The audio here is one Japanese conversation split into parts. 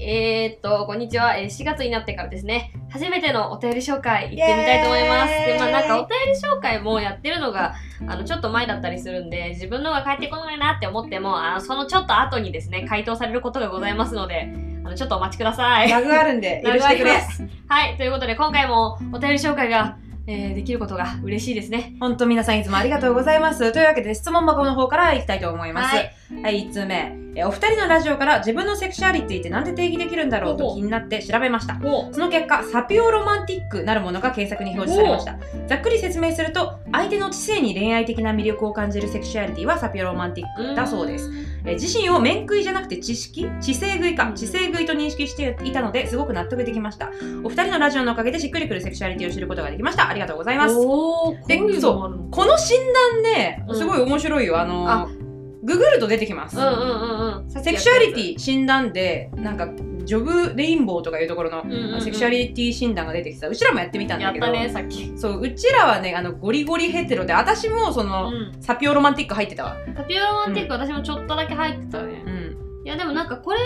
えー、っと、こんにちは。えー4月になってからですね、初めてのお便り紹介行ってみたいと思います。イエーイで、まあなんかお便り紹介もやってるのが、あの、ちょっと前だったりするんで、自分のが返ってこないなって思っても、あのそのちょっと後にですね、回答されることがございますので、あの、ちょっとお待ちください。ラグあるん で、許しラてくグありれま。はい、ということで今回もお便り紹介が、えーできることが嬉しいですね。本当皆さんいつもありがとうございます。というわけで質問箱の方からいきたいと思います。ははいい、1通目。えお二人のラジオから自分のセクシュアリティってなんで定義できるんだろほううほとう気になって調べました。おその結果、サピオロマンティックなるものが検索に表示されました。ざっくり説明すると、相手の知性に恋愛的な魅力を感じるセクシュアリティはサピオロマンティックだそうです。。え自身を面食いじゃなくて知識知性食いか、知性食いと認識していたのですごく納得できました。お二人のラジオのおかげでしっくりくるセクシュアリティを知ることができました。ありがとうございます。おー、こうでいうのもあるのこの診断ねうんすごい面白いよ、ああのググると出てきます、うんうんうんうん。セクシュアリティ診断でなんかジョブレインボーとかいうところの、うんうんうんセクシュアリティ診断が出てきてさうちらもやってみたんやだっけどたね、さっき。そううちらはねあのゴリゴリヘテロで私もその、うサピオロマンティック入ってたわ、ん。タピオロマンティック私もちょっとだけ入ってたね。うん、いやでもなんかこれ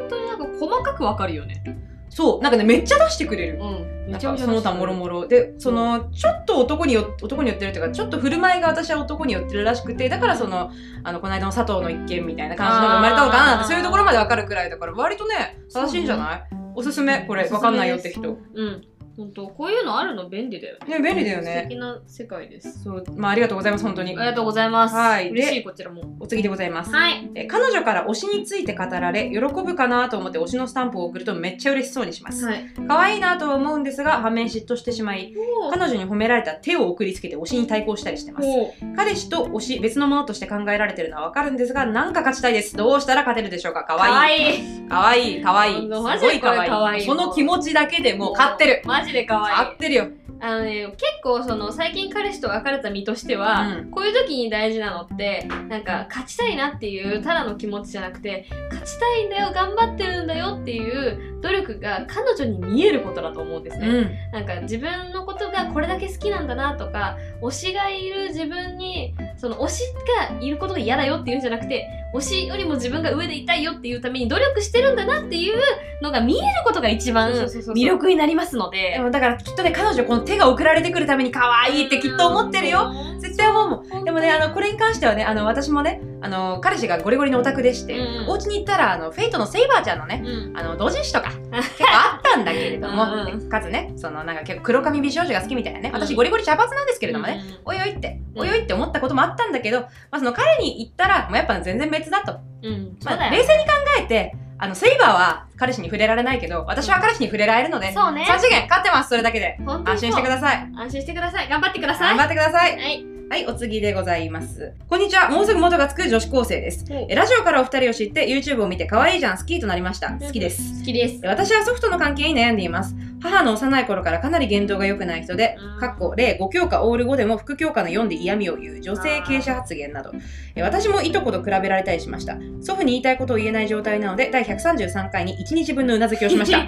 本当になんか細かくわかるよね。そうなんかねめっちゃ出してくれるうん。なんかその他もろも。もろでそのちょっと男によ男に寄ってるというかちょっと振る舞いが私は男に寄ってるらしくてだからそのあのこの間の佐藤の一件みたいな感じのが生まれたのかなあっーてそういうところまでわかるくらいだから割とね正しいんじゃないおすすめおこすれすめわかんないよって人うん。本当こういうのあるの便利だよね。ね便利だよ素ね敵な世界です。そうまあありがとうございます本当ありにがとうございます。はい嬉しいこちらも。お次でございますはい。え彼女から推しについて語られ喜ぶかなと思って推しのスタンプを送るとめっちゃ嬉しそうにしますはい。可愛いなとは思うんですが反面嫉妬してしまい彼女に褒められた手を送りつけて推しに対抗したりしてますお彼氏と推し別のものとして考えられてるのはわかるんですがなんか勝ちたいですどうしたら勝てるでしょうかかかわわいいいい。かわいいかわいいすマジごでいこかれわいいかわいいその気持ちだけでもう勝ってるマジで可愛勝いってるよあのね結構その最近彼氏と別れた身としては、うんこういう時に大事なのってなんか勝ちたいなっていうただの気持ちじゃなくて勝ちたいんだよ頑張ってるんだよっていう努力が彼女に見えることだと思うんですね、うなんか自分のことがこれだけ好きなんだなとか推しがいる自分にその推しがいることが嫌だよっていうんじゃなくて推しよりも自分が上でいたいよっていうために努力してるんだなっていうのが見えることが一番魅魅力力になりますのでで。もだからきっとね彼女この手が送られてくるために可愛いってきっと思ってるようん。絶対思うもんでもね本あのこれに関してはねあの私もねあの彼氏がゴリゴリのオタクでして、うんうんお家に行ったらあのフェイトのセイバーちゃんのね当に、うんあの同人誌 とか結構あったんだけれどもうんうんかつねそのなんか結構黒髪美少女が好きみたいなねう私んゴリゴリ茶髪なんですけれどもね、うんおいおいって、うんおいおいって思ったこともあったんだけど、まあ、その彼に言ったら、もうやっぱ全然別だと。うん、そうまあ、だ冷よ。静に考えて、あの、セイバーは彼氏に触れられないけど、私は彼氏に触れられるので、そうね。 3次元勝ってます、それだけで。本当に安そ心うしてください。安心してください。頑張ってください。頑張ってください。はい。はい、お次でございます。こんにちは、もうすぐ元がつく女子高生です。おえラジオからお二人を知って、YouTube を見て、可愛いじゃん、好きとなりました。好きです。好きです。私は祖父との関係に悩んでいます。母の幼い頃からかなり言動が良くない人でうん、かっこ例5教科オール5でも副教科の4で嫌味を言う女性傾斜発言など、え私もいとこと比べられたりしました。祖父に言いたいことを言えない状態なので、第133回に1日分のうなずきをしま した。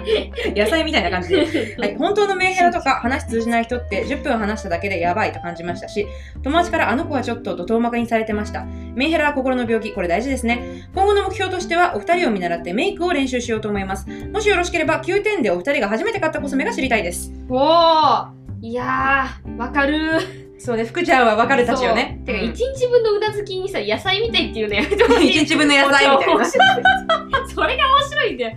野菜みたいな感じで。はい、本当のメンヘラとか話通じない人って10分話しただけでやばいと感じましたし友達からあの子はちょっとと遠まかにされてましたメンヘラは心の病気これ大事ですね今後の目標としてはお二人を見習ってメイクを練習しようと思いますもしよろしければ9点でお二人が初めて買ったコスメが知りたいですおーいやー、わかるー。そうね福ちゃんはわかるたちよねそうてか、うん一日分のうなずきにさ、野菜みたいっていうのやめてほしい。一日分の野菜みたいな面白い それが面白いんだよ。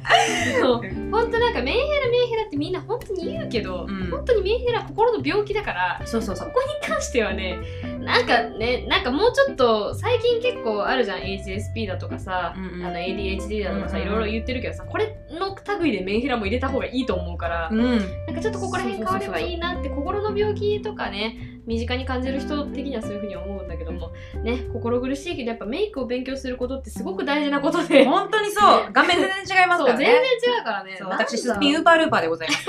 そう。ほんとなんか、メンヘラメンヘラってみんな本当に言うけど、うん本当にメンヘラは心の病気だから、そうそうそうここに関してはねなんかねなんかもうちょっと最近結構あるじゃん HSP だとかさ、うんうんあの ADHD だとかさ、うんうんいろいろ言ってるけどさこれの類でメンヘラも入れた方がいいと思うから、うんなんかちょっとここら辺変わればいいなって心の病気とかね身近に感じる人的にはそういうふうに思うんだけどもね心苦しいけどやっぱメイクを勉強することってすごく大事なことで。本当にそう画面全然違いますそかうら全然ね違うからねそう私なすっんだ ぴんウーパールーパーでございます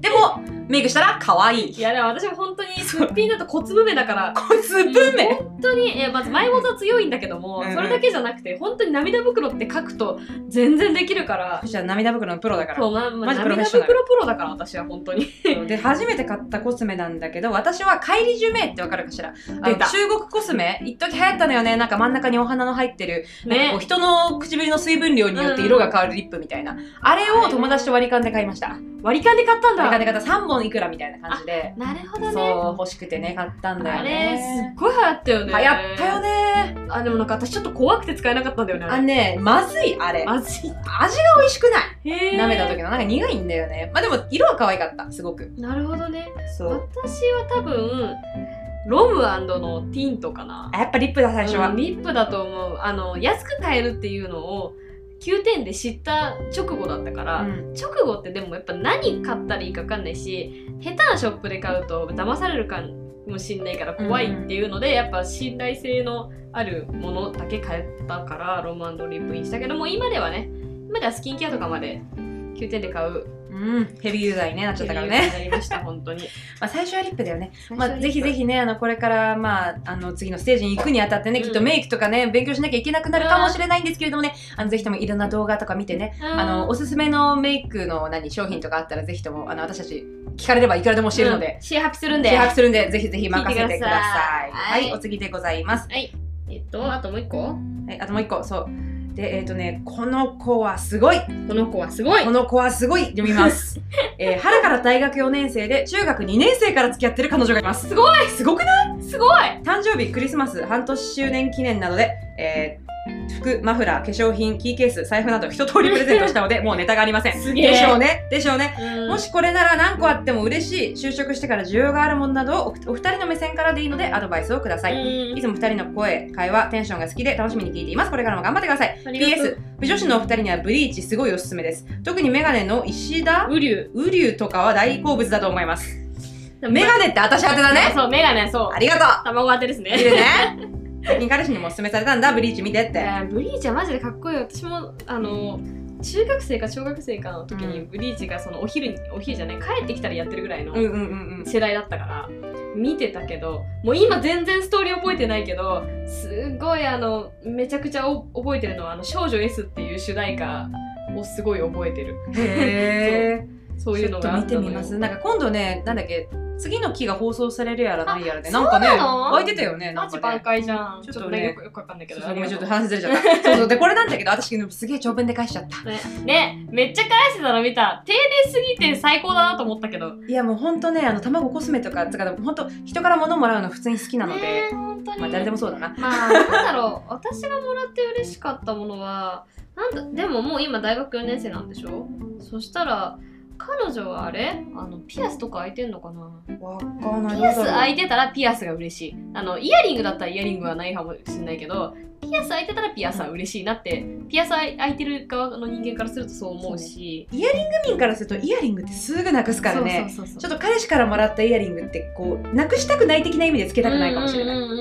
でもメイクしたら可愛いいやでも私も本当にすっぴんだと小粒目だからこいつ文明本当にえまず前もとは強いんだけどもうんうんそれだけじゃなくて本当に涙袋って書くと全然できるからじゃあ涙袋のプロだかそうらままマジプロフェッ涙ショナル袋プロだから私は本当にで初めて買ったコスメなんだけど私はカイリジュメイってわかるかしらあ出のた中国コスメ一時流行ったのよねなんか真ん中にお花の入ってるなんかこねう人の唇の水分量によって色が変わるリップみたいな、あれを友達と割り勘で買いました割り勘で買ったん割だり勘で買った3本いくらみたいな感じで、なるほどねそう欲しくてね買ったんだあよれすっねごい流行ったよ流ね行ったよねあでもなんか私ちょっと怖くて使えなかったんだよねああのれねまずいあれまずい味が美味しくないへー舐めた時のなんか苦いんだよねまあでも色は可愛かったすごくなるほどねそう私は多分ロムのティントかなあやっぱリップだ最初は、うんリップだと思うあの安く買えるっていうのを9点で知った直後だったから、うん直後ってでもやっぱ何買ったらいいか分かんないし下手なショップで買うと騙されるかもしんないから怖いっていうので、やっぱ信頼性のあるものだけ買ったからロムリップインしたけども今ではね今ではスキンケアとかまで9点で買ううん、ヘビーユーザーにねなっちゃったからっていうね、風になりました本当にまあ、最初はリップだよねまあ、ぜひぜひねあのこれから、まあ、あの次のステージに行くにあたってね、うんきっとメイクとかね勉強しなきゃいけなくなるかもしれないんですけれどもねあのぜひともいろんな動画とか見てね、あのおすすめのメイクの何商品とかあったらぜひともあの私たち聞かれればいくらでも教えるので、シェアハピするんで制作するんでぜひぜひ任せ聞いててくくだだささいいはいはい、お次でございますえっとあともう一個はいあともう一個そうでえっ、とねこの子はすごいこの子はすごいこの子はすごい読 みます、えー春から大学4年生で中学2年生から付き合ってる彼女がいますすごいすごくすごい誕生日クリスマス半年周年記念などで、えー服マフラー化粧品キーケース財布など一通りプレゼントし たのでもうネタがありませんすでしょうねでしょうね、ももししこれなら何個あっても嬉しい就職してから需要があるものなどをおお二人の目線からでいいのでアドバイスをください、いつも二人の声会話テンションが好きで楽しみに聞いていますこれからも頑張ってください PS 不女子のお二人にはブリーチすごいおすすめです特にメガネの石田ウリュウリュウとかは大好物だと思いますウメガネって私宛てだねそうメガネそうありがとう卵当てですいねる ね。最近彼氏にもおすすめされたんだ、ブリーチ見てっいて。やブリーチはマジでかっこいいよ私もあの中学生か小学生かの時にうブリーチがそのお昼にお昼じゃない帰ってきたらやってるぐらいのうんうんうん世代だったから見てたけどもう今全然ストーリー覚えてないけどすごいあのめちゃくちゃお覚えてるのは「あの少女 S」っていう主題歌をすごい覚えてるうん。へそういえ。うちょのっとがあっ見たてのみます。よなんか今度ね、なんだっけ、次の木が放送されるやらないやらで、あなんかね、そうなの湧いてたよね、なマんジか挽ね。回じゃんちちょょっと,、っとねねよくよくわかんないけそうどそうごめんちょっとね話ずれちゃった。そうそうでこれなんだけど私すげえ長文で返しちゃった。ねめっちゃ返してたの見た丁寧すぎて最高だなと思ったけどいやもう本当ねあの卵コスメとかつうか本当人から物もらうの普通に好きなのねで、本当にまあ誰でもそうだな。まあなんだろ う私がもらって嬉しかったものはなんだでももう今大学4年生なんでしょそしたら彼女はあれあのピアスとか開いてんのかなわかんない。ピアス開いいてたらピアスが嬉しいあのイヤリングだったらイヤリングはないかもしれないけどピアス開いてたらピアスは嬉しいなってピアス開いてる側の人間からするとそう思うしクミンからするとイヤリングってすぐなくすからね。そうそうそうちょっと彼氏からもらったイヤリングってこうなくしたくない的な意味でつけたくないかもしれない。うんうんうん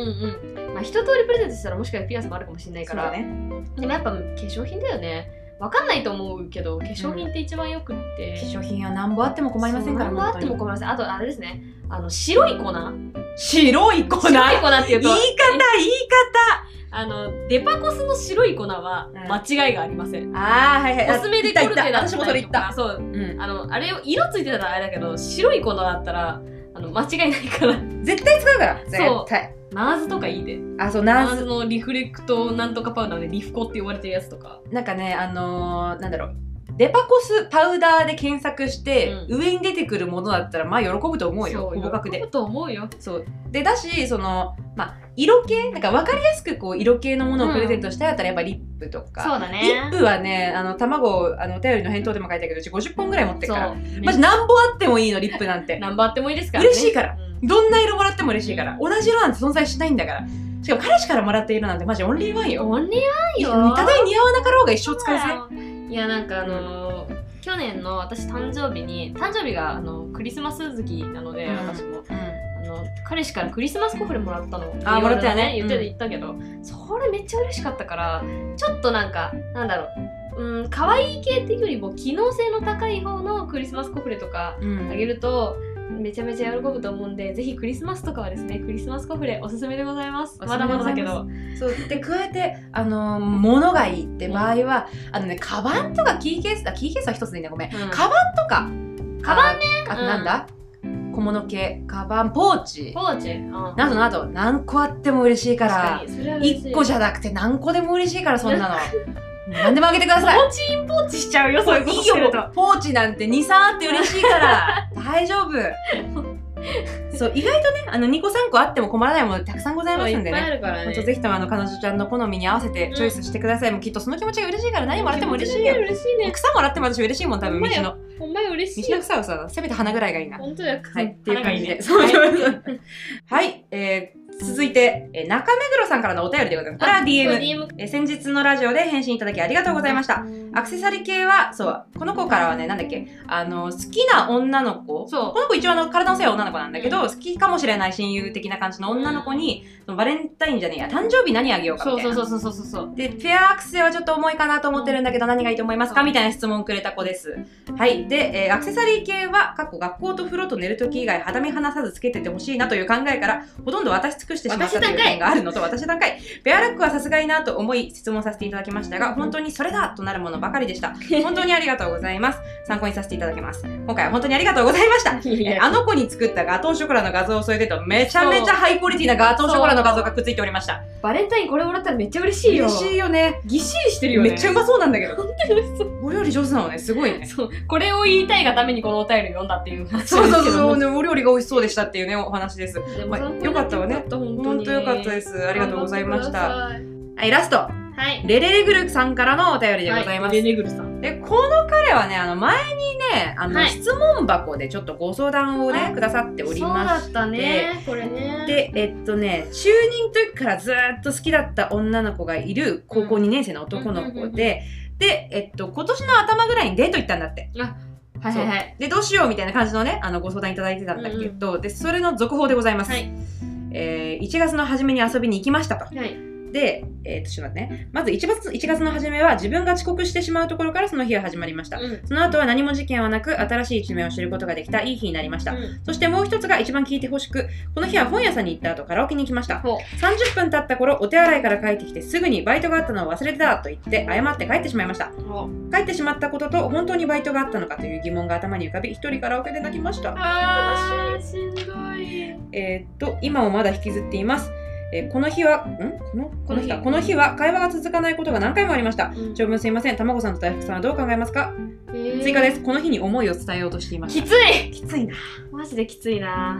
うんまあ一通りプレゼントしたらもしかしたらピアスもあるかもしれないから、そうだね。でもやっぱ化粧品だよねわかんないと思うけど化粧品って一番よくって、化粧品は何本あっても困りませんから。そう何本あっても本当に困りませんあとあれですねあの白い粉白い粉。言い白い方粉っていうと言いあのデパコスの白い粉はん間違いがありません、方。ああはいはい。コスメデコルテだったりとか私もそれ言った。そううん。あのあれを色ついてたらあれだけど白い粉だったらあの間違いないから絶対使うから。そう絶対。ナーズとかいいであそうナナーーズズのリフレクトなんとかパウダーでリフコって言われてるやつとかなんかねあのーなんだろう。デパコスパウダーで検索して、う上に出てくるものだったらまあ喜ぶと思うよそ合格喜でぶと思うよそうでだしそのまあ色系なんか分かりやすくこう色系のものをプレゼントしたいやったらやっぱリップとか、そうだリップはね、あの、卵を、あの、お便りの返答でも書いたけど、うち50本ぐらい持ってるから。そうマジ何本あってもいいの、リップなんて。何番あってもいいですからね嬉しいからうんどんな色もらっても嬉しいから。同じ色なんて存在しないんだから。しかも彼氏からもらった色なんてマジオンリーワンよ。オンリーワンよたとえ似合わなかろうが一生使えない。いやなんかあのー去年の私誕生日に誕生日があのクリスマス好きなので、うん私もあの彼氏からクリスマスコフレもらったのあーもらったよねいろいろ言ってうん言ったけど、それめっちゃ嬉しかったからちょっとなんかなんだろううん可愛い系っていうよりも機能性の高い方のクリスマスコフレとかうん。あげるとめちゃめちゃ喜ぶと思うんでぜひクリスマスとかはですねクリスマスコフレおすすめでございますおますだすめでまだござだいけますどそうで加えてあの物がいいって場合は、あのねカバンとかキーケースあキーケースは一つでいいねごめん、うんカバンとかカバンねあとうんなんだ、小物系カバンポーチポーチ、うん、確などなど何個あっても嬉しいからにそれは嬉しい1個じゃなくて何個でも嬉しいからそんなの何でもあげてくだポさいーチインポーチしちゃうよそういうこといいするとよポーチなんて23あって嬉しいから 大丈夫そう意外とねあの2個3個あっても困らないものたくさんございますんでねるからほんとぜひともあの彼女ちゃんの好みに合わせてチョイスしてください、もうきっとその気持ちが嬉しいから何もらっても嬉しいよ嬉しいね草もらっても私嬉しいもん多分ほ道んまよのほんまに嬉しい道の草をさせめて花ぐらいがいいな本当だよはいっていう感じで花がいいねそうそうそう はい、えー続いて、えー中目黒さんからのお便りでございますこれは DM そう DM えー先日のラジオで返信いただきありがとうございましたアクセサリー系はそうこの子からはねなんだっけあの好きな女の子そうこの子一応あの体のせいは女の子なんだけど、う好きかもしれない親友的な感じの女の子に、そのバレンタインじゃねえや誕生日何あげようかみたそいうそうなそうそうそうそうでペアアクセはちょっと重いかなと思ってるんだけど何がいいと思いますかみたいな質問をくれた子ですはいで、えーアクセサリー系は過去学校と風呂と寝るとき以外肌身離さずつけててほしいなという考えからほとんど渡し尽くしてしまったと私いう段階点があるのと私段階ペアラックはさすがになと思い質問させていただきましたが本当にそれだとなるものばかり でした本当にありがとうございます参考にさせていただきます今回は本当にありがとうございましたいえやあの子に作ったガトーショコラの画像を添えてとめちゃめちゃハイクオリティなガトーショコラの画像がくっついておりましたバレンタインこれもらったらめっちゃ嬉しいよ嬉しいよねぎっしりしてるよねめっちゃうまそうなんだけどそうお料理上手なのね、すごいね。そうこれを言いたいがためにこのお便りを読んだっていう話そうそうそう、うね、お料理が美味しそうでしたっていうね、お話です。でもまあ参考になよかったわねよかった本当に本当よかったです。ありがとうございました。は頑張ってい、ラスト、くださいはいレレレグルさんからのお便りではございます。レネグルさんで、この彼はね、あの前にね、あの、はい質問箱でちょっとご相談をね、はいくださっておりそうだまっしたねこれねで、えっとね、就任時からずーっと好きだった女の子がいる高校2年生の男のうんうんうんう子んで、で、えっと、今年の頭ぐらいにデート行ったんだって。はいはいはいでどうしようみたいな感じのねあのご相談いただいてたんだけど、でそれの続報でございます、はいえー1月の初めに遊びに行きましたとはいで、えー、とちょっと待ってねまず1月 ,1 月の初めは自分が遅刻してしまうところからその日は始まりました、うんその後は何も事件はなく新しい一面を知ることができたいい日になりました、うんそしてもう一つが一番聞いてほしくこの日は本屋さんに行った後カラオケに行きましたほう30分経った頃お手洗いから帰ってきてすぐにバイトがあったのを忘れてたと言って謝って帰ってしまいましたほう帰ってしまったことと本当にバイトがあったのかという疑問が頭に浮かび一人カラオケで泣きました、あーしんどいえーっと今もまだ引きずっています、えーこの日はんこのこの日かここのの日日は会話が続かないことが何回もありましたうん長文すいませんたまごさんと大福さんはどう考えますか、えー追加ですこの日に思いを伝えようとしていまきしたついきついなマジできついな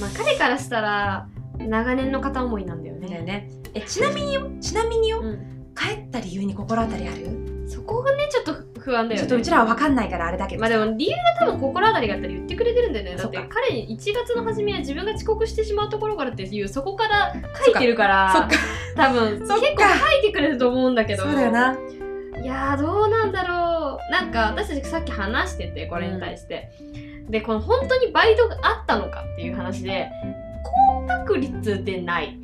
まあ彼からしたら長年の片思いなんだよねだよねえちなみによちなみにようん帰った理由に心当たりあるそこがねちょっと不安だよねちょっとうちらは分かんないからあれだけどまあでも理由が多分心当たりがあったり言ってくれてるんだよねだってそっか彼に1月の初めは自分が遅刻してしまうところからっていうそこから書いてるからそっか多分そっ結構か書いてくれると思うんだけどそうだよないやーどうなんだろうなんか私たちさっき話しててこれに対して、でこの本当にバイトがあったのかっていう話で高確率でない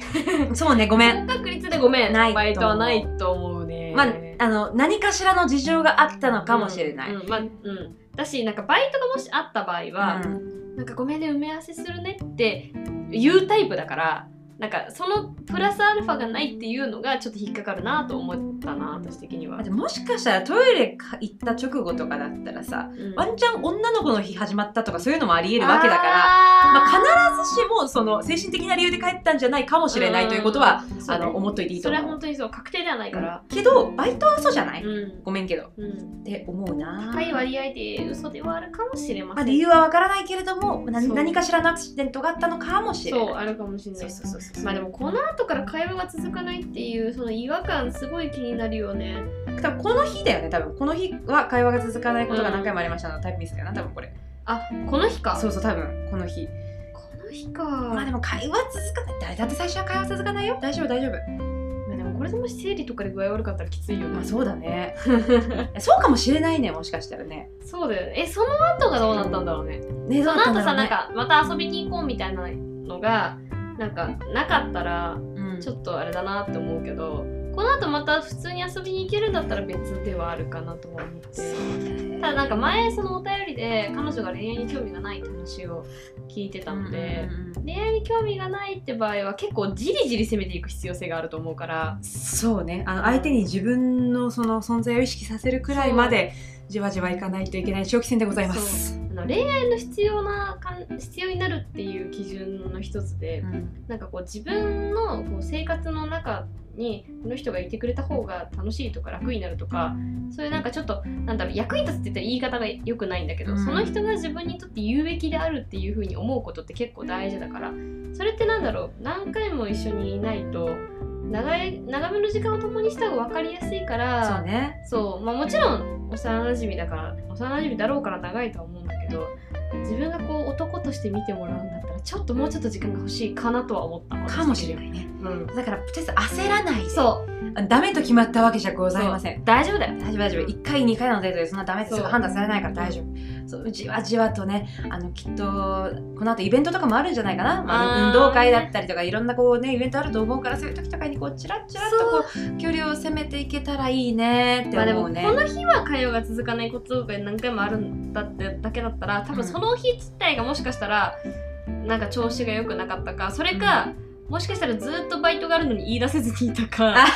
そうねごめん高確率でごめんないと思うバイトはないと思うねまあ、あの何かしらの事情があったのかもしれない、うんうんまあうんだしなんかバイトがもしあった場合は、うんなんかごめんね埋め合わせするねって言うタイプだからなんかそのプラスアルファがないっていうのがちょっと引っかかるなと思ったな私的にはあ、でももしかしたらトイレか行った直後とかだったらさうんワンチャン女の子の日始まったとかそういうのもありえるわけだからまあ、必ずしもその精神的な理由で帰ったんじゃないかもしれないということは、うんあのそうね思っといていいとそれは思う本当にそう確定ではないから、けどバイトは嘘じゃない、うんごめんけどっうん、て思うな高い割合で嘘ではあるかもしれまませあ、ん理由はわからないけれどもなそう何かしらのアクシデントがあったのかもしれないそうあるかもしれないそうそうそうそうまあでもこの後から会話が続かないっていうその違和感すごい気になるよね多分この日だよね多分この日は会話が続かないことが何回もありましたの、タイプミスだよな多分これあこの日かそうそう多分この日この日かまあでも会話続かない誰だって最初は会話続かないよ大丈夫大丈夫まあでもこれでもし生理とかで具合悪かったらきついよね、まあそうだね そうかもしれないねもしかしたらねそうだよねえその後がどうなったんだろうねねその後さ、うなんかまた遊びに行こうみたいなのがなんかなかったらうんちょっとあれだなって思うけどこの後また普通に遊びに行けるんだったら別ではあるかなとは思ってただなんか前そのお便りで彼女が恋愛に興味がないって話を聞いてたので、恋愛に興味がないって場合は結構じりじり攻めていく必要性があると思うからそうねあの相手に自分のその存在を意識させるくらいまでじわじわいかないといけない長期戦でございます。あの恋愛の必要なかん必要になるっていう基準の一つでうんなんかこう自分のこう生活の中にこの人がいてくれた方が楽しいとか楽になるとかそういうなんかちょっとなんだろう役に立つって言ったら言い方が良くないんだけど、うんその人が自分にとって有益であるっていう風に思うことって結構大事だからそれってなんだろう何回も一緒にいないと長い長めの時間を共にした方が分かりやすいかそうらね。そう、まあ、もちろん幼馴染だから幼馴染だろうから長いとは思うんだけど自分がこう男として見てもらうんだったらちょっともうちょっと時間が欲しいかなとは思った、かもしれないいね。うん、だから、とりあえず焦らない。そうあダメと決まったわけじゃございません。大丈夫だよ大丈夫大丈夫1回2回のデートでそんなダメですぐそう判断されないから大丈夫そうじわじわとねあのきっとこの後イベントとかもあるんじゃないかな、まああー運動会だったりとかいろんなこうねイベントあると思うからそういう時とかにこうチラッチラッとこう距離を攻めていけたらいいねってまあで思もうこね、の日は会話が続かないことが何回もあるんだってだけだったら多分その日自体がもしかしたらなんか調子が良くなかったかそれか、もしかしたらずっとバイトがあるのに言い出せずにいたかあ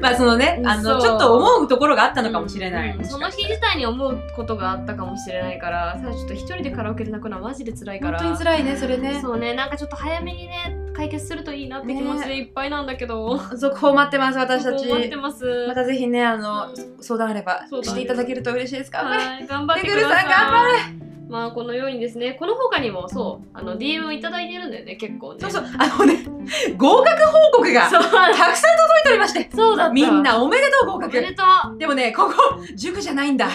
まあそのねあそのうちょっと思うところがあったのかもしれない、うんもしそかのし日自体に思うことがあったかもしれないからさあちょっと一人でカラオケで泣くのはマジで辛いたからら本当に辛いねそれねそうねなんかちょっと早めにね解決するといいなって気持ちでいっぱいなんだけど、続報待ってます私た ち待ってますまたぜひねあの相談あれば相談あればしていただけると嬉しいですから、はい、頑張ってくだめぐるささい。ん頑まあこのようにですね、この他にもそう、あの DM をいただいてるんだよね、結構ね。そうそうあのね合格報告がそうたくさん届いておりましてそうだった。みんなおめでとう合おめで格とう。でもねここ塾じゃないんだ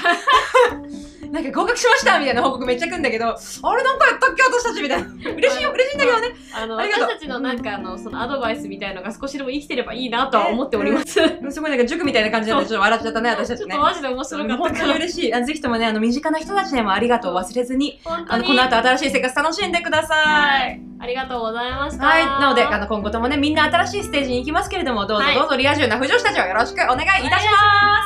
なんか合格しましたみたいな報告めっちゃ来るんだけどあれなんかやったっけ私たちみたいな嬉しいよ嬉しいんだけどねあのありがとう私たちのなんかあのそのアドバイスみたいのが少しでも生きてればいいなとは思っております。ちょすごいなんか塾みたいな感じになってちょっと笑っちゃったね私 たっちとねマジで面白かっ本た当かにら。嬉しいあのぜひともねあの身近な人たちにもありがとうを忘れずに本当あのこにの後新しい生活楽しんでくださいありがとうございました。はい、なのであの今後ともねみんな新しいステージに行きますけれどもどうぞはいどうぞリア充な不女子たちをよろしくお願いいたしますお願いします。